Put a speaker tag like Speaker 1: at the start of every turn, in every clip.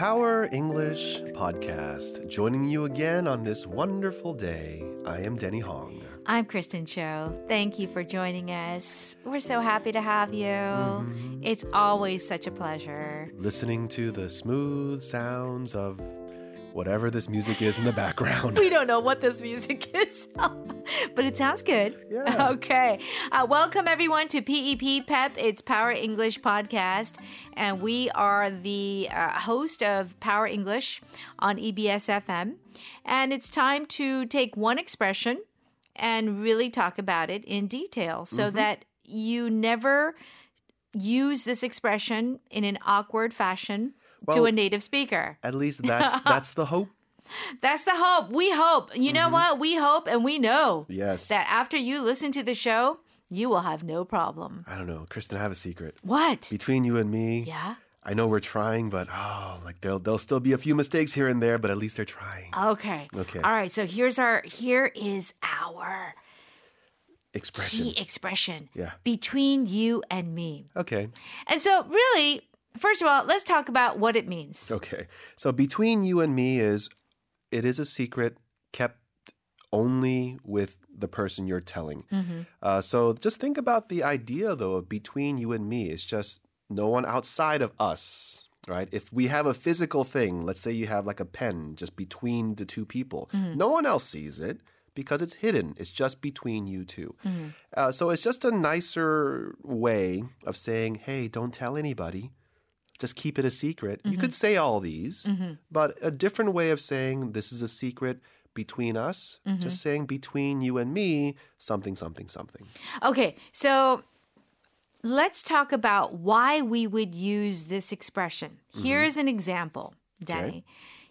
Speaker 1: Our English podcast. Joining you again on this wonderful day. I am Denny Hong.
Speaker 2: I'm Kristen Cho. Thank you for joining us. We're so happy to have you. It's always such a pleasure.
Speaker 1: Listening to the smooth sounds of whatever this music is in the background.
Speaker 2: We don't know what this music is, but it sounds good.
Speaker 1: Yeah.
Speaker 2: Okay. Uh, welcome, everyone, to PEP PEP. It's Power English Podcast, and we are the uh, host of Power English on E EBS FM. And it's time to take one expression and really talk about it in detail so
Speaker 1: Mm-hmm.
Speaker 2: that you never use this expression in an awkward fashion to
Speaker 1: Well-
Speaker 2: a native speaker.
Speaker 1: At least that's that's the hope.
Speaker 2: That's the hope. We hope. You know what? We hope and we know
Speaker 1: Mm-hmm. Yes.
Speaker 2: that after you listen to the show, you will have no problem.
Speaker 1: I don't know, Kristen. I have a secret
Speaker 2: What?
Speaker 1: between you and me.
Speaker 2: Yeah.
Speaker 1: I know we're trying, but oh, like there'll there'll still be a few mistakes here and there, but at least they're trying.
Speaker 2: Uh, Okay.
Speaker 1: Okay.
Speaker 2: All right. So here's our here is our
Speaker 1: Expression.
Speaker 2: key expression.
Speaker 1: Yeah.
Speaker 2: Between you and me.
Speaker 1: Okay.
Speaker 2: And so really, first of all, let's talk about what it means.
Speaker 1: Okay. So between you and me is it is a secret kept only with the person you're telling. Uh, so just think about the idea though of between you and me. It's just no one outside of us, right? If we have a physical thing, let's say you have like a pen just between the two people, no one else sees it. Because it's hidden. It's just between you 2 Uh, so it's just a nicer way of saying, hey, don't tell anybody just keep it a secret. You could
Speaker 2: Mm-hmm.
Speaker 1: say all these, but a different way of saying this is a secret between us,
Speaker 2: Mm-hmm.
Speaker 1: just saying between you and me, something, something, something.
Speaker 2: Okay. So let's talk about why we would use this expression.
Speaker 1: Mm-hmm.
Speaker 2: Here's an example, Danny.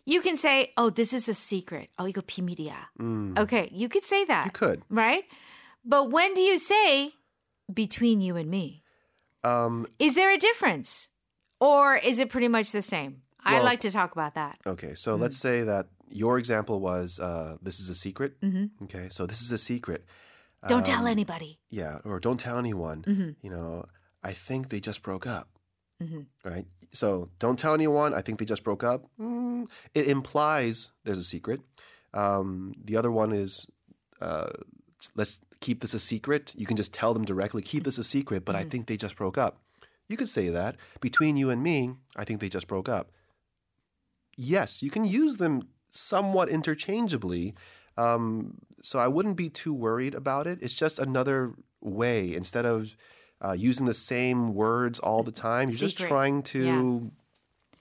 Speaker 2: You can say, "Oh, this is a secret." Oh, you go media. Okay, you could say
Speaker 1: Mm.
Speaker 2: that.
Speaker 1: You could.
Speaker 2: right? But when do you say between you and me?
Speaker 1: Um,
Speaker 2: Is there a difference, or is it pretty much the same? I
Speaker 1: Well-
Speaker 2: like to talk about that.
Speaker 1: okay, so
Speaker 2: Mm-hmm.
Speaker 1: let's say that your example was uh, this is a secret. Okay, so this is a secret.
Speaker 2: Mm-hmm. Don't tell
Speaker 1: um,
Speaker 2: Mm-hmm. anybody.
Speaker 1: Yeah, or don't tell anyone. You know, I think they just broke up.
Speaker 2: Mm-hmm.
Speaker 1: Right? So don't tell anyone. I think they just broke up. Mm, it implies there's a secret. Um, the other one is uh, let's keep this a secret. You can just tell them directly, keep this a secret, but I think they just broke up. You could say that. Between you and me, I think they just broke up. Yes, you can use them somewhat interchangeably. Um, so I wouldn't be too worried about it. It's just another way. Instead of uh, using the same words all the time, you're just
Speaker 2: Secret.
Speaker 1: trying to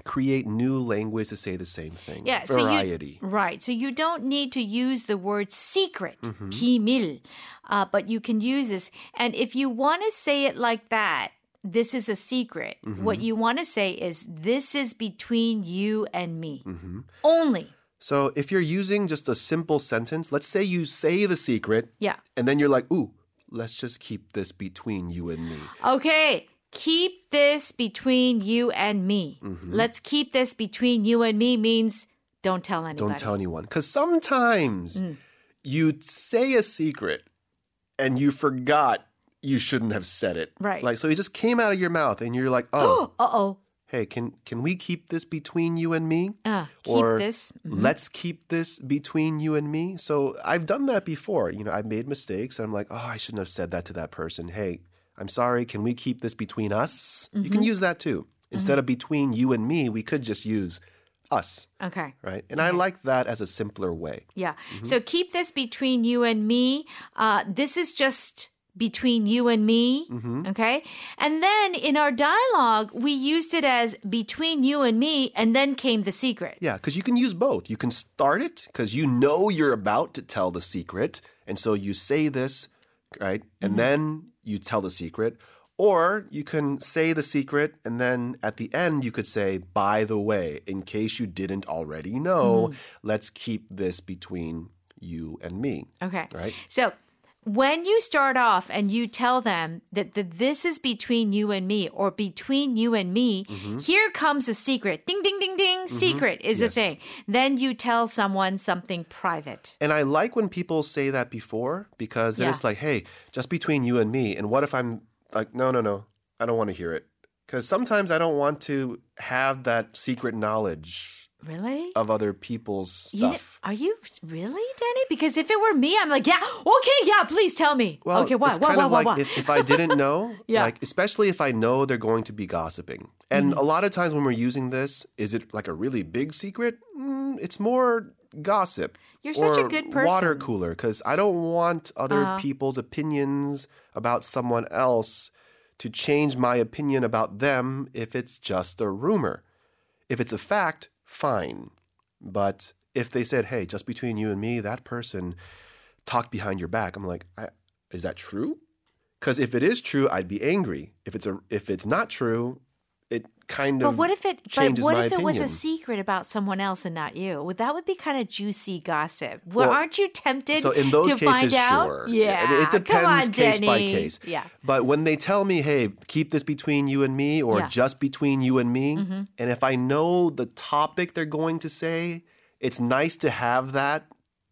Speaker 1: create new language to say the same thing.
Speaker 2: Yeah,
Speaker 1: Variety.
Speaker 2: So you, right. So you don't need to use the word secret,
Speaker 1: Mm-hmm.
Speaker 2: 비밀, uh, but you can use this. And if you want to say it like that, this is a secret.
Speaker 1: Mm-hmm.
Speaker 2: What you want to say is this is between you and me
Speaker 1: Mm-hmm.
Speaker 2: only.
Speaker 1: so if you're using just a simple sentence, let's say you say the secret
Speaker 2: Yeah.
Speaker 1: and then you're like, ooh, let's just keep this between you and me.
Speaker 2: Okay, keep this between you and me.
Speaker 1: Mm-hmm.
Speaker 2: Let's keep this between you and me means don't tell anybody.
Speaker 1: Don't tell anyone. Because sometimes
Speaker 2: Mm.
Speaker 1: you say a secret and you forgot you shouldn't have said it.
Speaker 2: Right.
Speaker 1: Like, so it just came out of your mouth and you're like, oh,
Speaker 2: Uh oh.
Speaker 1: hey, can, can we keep this between you and me?
Speaker 2: Uh, keep
Speaker 1: or
Speaker 2: this.
Speaker 1: let's keep this between you and me. So I've done that before. You know, I've made mistakes and I'm like, oh, I shouldn't have said that to that person. Hey, I'm sorry. Can we keep this between us? You can use that too. Instead of between you and me, we could just use us,
Speaker 2: Okay.
Speaker 1: right? And I like that as a simpler way.
Speaker 2: Yeah. So keep this between you and me. Uh, this is just between you and me. Okay. And then in our dialogue, we used it as between you and me, and then came the secret.
Speaker 1: Yeah, because you can use both. You can start it because you know you're about to tell the secret. And so you say this, right? And then you tell the secret. Or you can say the secret. And then at the end, you could say, by the way, in case you didn't already know, let's keep this between you and me.
Speaker 2: Okay.
Speaker 1: Right.
Speaker 2: So when you start off and you tell them that, that this is between you and me or between you and me, here comes a secret. Ding, ding, ding, ding. Secret is the thing. Then you tell someone something private.
Speaker 1: And I like when people say that before because then
Speaker 2: Yeah.
Speaker 1: it's like, hey, just between you and me. And what if I'm like, no, no, no, I don't want to hear it. Because sometimes I don't want to have that secret knowledge
Speaker 2: Really?
Speaker 1: of other people's
Speaker 2: You kn-
Speaker 1: stuff.
Speaker 2: are you really, Danny? Because if it were me, I'm like, yeah, okay, yeah, please tell me.
Speaker 1: well,
Speaker 2: okay, why,
Speaker 1: it's
Speaker 2: why,
Speaker 1: kind
Speaker 2: why,
Speaker 1: of
Speaker 2: why,
Speaker 1: like
Speaker 2: why?
Speaker 1: If, if I didn't know,
Speaker 2: Yeah. Mm-hmm.
Speaker 1: like especially if I know they're going to be gossiping. And a lot of times when we're using this, is it like a really big secret? Mm, it's more gossip.
Speaker 2: You're such a
Speaker 1: or
Speaker 2: good
Speaker 1: Water
Speaker 2: person. Uh-huh.
Speaker 1: cooler, because I don't want other people's opinions about someone else to change my opinion about them if it's just a rumor. If it's a fact, fine. But if they said, hey, just between you and me, that person talked behind your back, I'm like, I, is that true? Because if it is true, I'd be angry. If it's a, if it's not true, it kind
Speaker 2: but
Speaker 1: of
Speaker 2: what if it? But
Speaker 1: changes
Speaker 2: what
Speaker 1: my
Speaker 2: if it was a
Speaker 1: opinion.
Speaker 2: secret about someone else and not you? Well, that would be kind of juicy gossip. Well,
Speaker 1: Well,
Speaker 2: aren't you tempted
Speaker 1: So in those
Speaker 2: to
Speaker 1: cases,
Speaker 2: find out?
Speaker 1: sure.
Speaker 2: Yeah,
Speaker 1: I mean, it depends
Speaker 2: Come on,
Speaker 1: case by
Speaker 2: Denny.
Speaker 1: case.
Speaker 2: Yeah,
Speaker 1: But when they tell me, hey, keep this between you and me or
Speaker 2: Yeah. Mm-hmm.
Speaker 1: just between you and me, and if I know the topic they're going to say, it's nice to have that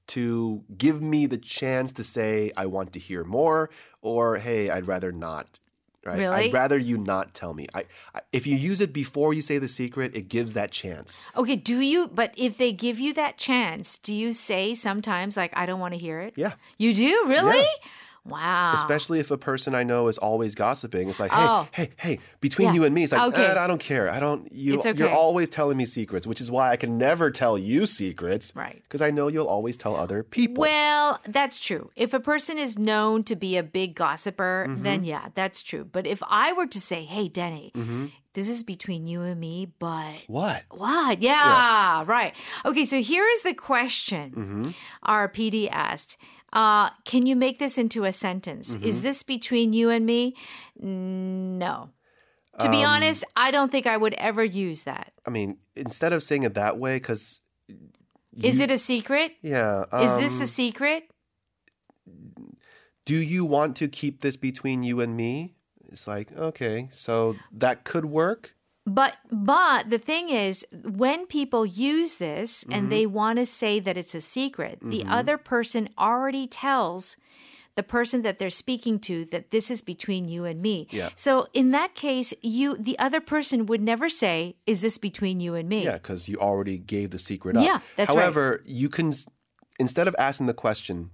Speaker 1: to give me the chance to say, I want to hear more, or hey, I'd rather not. Right?
Speaker 2: Really?
Speaker 1: I'd rather you not tell me. I, I, if you use it before you say the secret, it gives that chance.
Speaker 2: Okay, do you? But if they give you that chance, do you say sometimes like I don't want to hear it?
Speaker 1: Yeah.
Speaker 2: you do really. Wow.
Speaker 1: Especially if a person I know is always gossiping. It's like, hey,
Speaker 2: Um, Oh.
Speaker 1: hey, hey, between
Speaker 2: Yeah.
Speaker 1: you and me. It's like,
Speaker 2: Okay.
Speaker 1: "Eh, I don't care. I don't you
Speaker 2: It's
Speaker 1: you're
Speaker 2: okay.
Speaker 1: always telling me secrets, which is why I can never tell you secrets.
Speaker 2: Right.
Speaker 1: Because I know you'll always tell other people.
Speaker 2: Well, that's true. If a person is known to be a big gossiper, then yeah, that's true. But if I were to say, "Hey, Denny, this is between you and me," but
Speaker 1: Mm-hmm. what?
Speaker 2: what? Yeah, right. Okay, so here is the question
Speaker 1: Mm. Mm-hmm.
Speaker 2: our PD asked. Uh, can you make this into a sentence? Is this between you and me? No. To be honest, I don't think I would ever use that.
Speaker 1: I mean, instead of saying it that way, because
Speaker 2: Is it a secret?
Speaker 1: yeah.
Speaker 2: Is
Speaker 1: um,
Speaker 2: this a secret?
Speaker 1: do you want to keep this between you and me? It's like, okay, so that could work.
Speaker 2: But but the thing is, when people use this
Speaker 1: Mm-hmm.
Speaker 2: and they want to say that it's a secret, the other person already tells the person that they're speaking to that this is between you and me.
Speaker 1: Yeah.
Speaker 2: So in that case, you the other person would never say, "Is this between you and me?"
Speaker 1: Yeah, because you already gave the secret up.
Speaker 2: Yeah, that's right.
Speaker 1: However, you can instead of asking the question,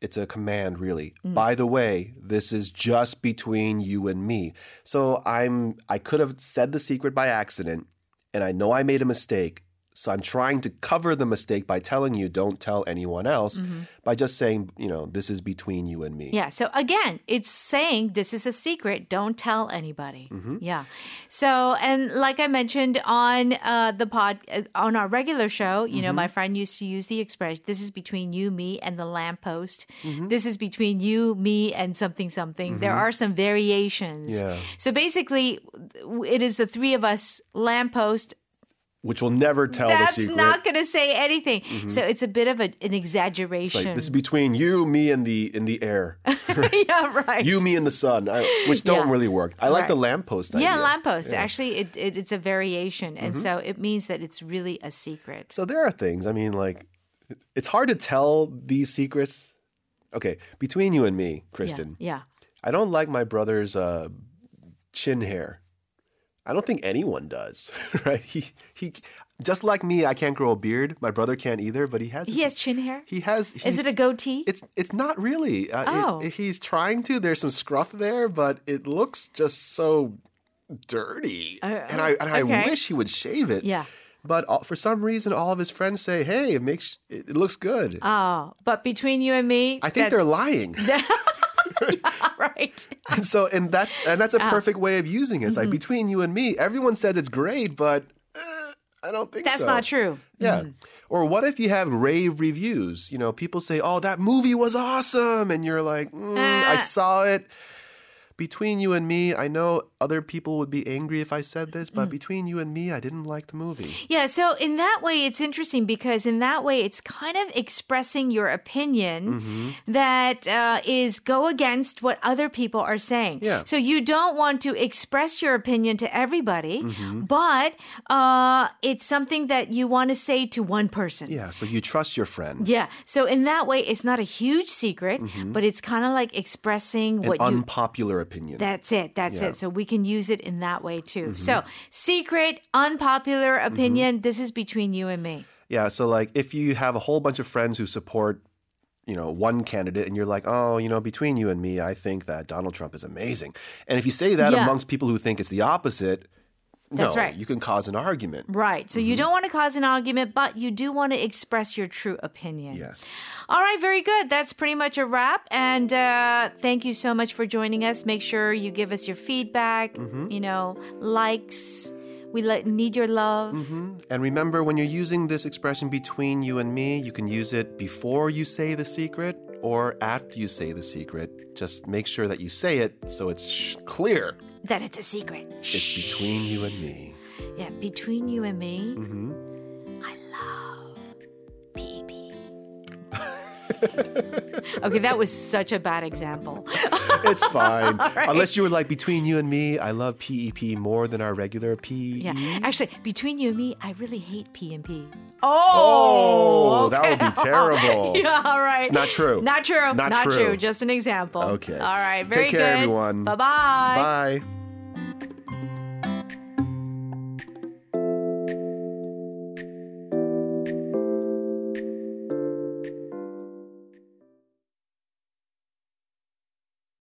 Speaker 1: it's a command really.
Speaker 2: Mm.
Speaker 1: By the way, this is just between you and me. So I'm I could have said the secret by accident, and I know I made a mistake. So I'm trying to cover the mistake by telling you don't tell anyone else by just saying, you know, this is between you and me.
Speaker 2: Mm-hmm. Yeah. So again, it's saying this is a secret. Don't tell anybody.
Speaker 1: Mm-hmm.
Speaker 2: Yeah. So and like I mentioned on uh, the pod uh, on our regular show, you know,
Speaker 1: Mm-hmm.
Speaker 2: my friend used to use the expression, "This is between you, me, and the lamppost.
Speaker 1: Mm-hmm.
Speaker 2: This is between you, me, and something, something." There are some variations.
Speaker 1: Yeah.
Speaker 2: So basically, it is the three of us lamppost
Speaker 1: Which will never tell
Speaker 2: that's
Speaker 1: the secret. Mm-hmm.
Speaker 2: not going to say anything. So it's a bit of a, an exaggeration.
Speaker 1: like this is between you, me, and the in the air.
Speaker 2: yeah. Right.
Speaker 1: you, me, and the sun, I, which don't
Speaker 2: Yeah.
Speaker 1: really work. I like
Speaker 2: Right.
Speaker 1: the lamppost idea. Mm-hmm.
Speaker 2: Yeah, lamppost. Actually, it, it it's a variation, and so it means that it's really a secret.
Speaker 1: So there are things. I mean, like, it's hard to tell these secrets. Okay, between you and me,
Speaker 2: Yeah,
Speaker 1: Kristen,
Speaker 2: yeah.
Speaker 1: I don't like my brother's uh, chin hair. I don't think anyone does, right? He he, just like me, I can't grow a beard. My brother can't either, but he has.
Speaker 2: He has chin hair.
Speaker 1: He has.
Speaker 2: Is
Speaker 1: he's-
Speaker 2: it a goatee?
Speaker 1: It's it's not really. Uh, it-
Speaker 2: Oh.
Speaker 1: he's trying to. There's some scruff there, but it looks just so dirty. and I and I
Speaker 2: Uh, okay.
Speaker 1: wish he would shave it.
Speaker 2: Yeah.
Speaker 1: But all, for some reason, all of his friends say, "Hey, it makes it, it looks good."
Speaker 2: oh, but between you and me,
Speaker 1: I think they're lying.
Speaker 2: they're right.
Speaker 1: and so and that's and that's a
Speaker 2: Oh.
Speaker 1: perfect way of using it. It's
Speaker 2: Mm-hmm.
Speaker 1: like between you and me, everyone says it's great, but uh, I don't think
Speaker 2: That's
Speaker 1: so.
Speaker 2: not true.
Speaker 1: Yeah. Or what if you have rave reviews? You know, people say, "Oh, that movie was awesome," and you're like, mm, "I
Speaker 2: Ah.
Speaker 1: saw it." Between you and me, I know other people would be angry if I said this,
Speaker 2: Mm.
Speaker 1: but between you and me, I didn't like the movie.
Speaker 2: Yeah, so in that way, it's interesting because in that way, it's kind of expressing your
Speaker 1: Mm-hmm.
Speaker 2: opinion that uh, is go against what other people are saying.
Speaker 1: Yeah.
Speaker 2: So you don't want to express your opinion to everybody,
Speaker 1: Mm-hmm.
Speaker 2: but uh, it's something that you want to say to one person.
Speaker 1: Yeah, so you trust your friend.
Speaker 2: Yeah. So in that way, it's not a huge secret, but it's kind of like
Speaker 1: Mm-hmm.
Speaker 2: expressing
Speaker 1: An
Speaker 2: what you
Speaker 1: unpopular opinion.
Speaker 2: That's it. That's
Speaker 1: Yeah. Mm-hmm.
Speaker 2: it. So we can use it in that way too. So, secret, unpopular opinion. This is between you and me.
Speaker 1: Yeah, so like if you have a whole bunch of friends who support, you know, one candidate and you're like, "Oh, you know, between you and me, I think that Donald Trump is amazing." And if you say that
Speaker 2: Yeah.
Speaker 1: amongst people who think it's the opposite,
Speaker 2: That's
Speaker 1: no,
Speaker 2: right.
Speaker 1: you can cause an argument.
Speaker 2: Right. So, you
Speaker 1: Mm-hmm.
Speaker 2: don't want to cause an argument, but you do want to express your true opinion.
Speaker 1: Yes.
Speaker 2: All right, very good. That's pretty much a wrap. And uh, thank you so much for joining us. Make sure you give us your feedback,
Speaker 1: Mm-hmm.
Speaker 2: you know, likes. We le- need your love.
Speaker 1: And remember when you're using this expression between you and me, you can use it before you say the secret or after you say the secret. Just make sure that you say it so it's sh- clear.
Speaker 2: That it's a secret.
Speaker 1: It's between you and me.
Speaker 2: Yeah, between you and me,
Speaker 1: Mm-hmm.
Speaker 2: I love PEP. okay, that was such a bad example.
Speaker 1: It's fine. Unless you were like between you and me, I love PEP more than our regular E PE.
Speaker 2: Yeah,
Speaker 1: Mm-hmm.
Speaker 2: actually, between you and me, I really hate P and P.
Speaker 1: Oh, that would be terrible.
Speaker 2: Yeah, all right. It's
Speaker 1: not true.
Speaker 2: Not true.
Speaker 1: Not
Speaker 2: Not, true.
Speaker 1: true.
Speaker 2: Just an example.
Speaker 1: Okay.
Speaker 2: All right.
Speaker 1: Take
Speaker 2: Very
Speaker 1: care,
Speaker 2: good.
Speaker 1: everyone.
Speaker 2: Bye-bye.
Speaker 1: Bye.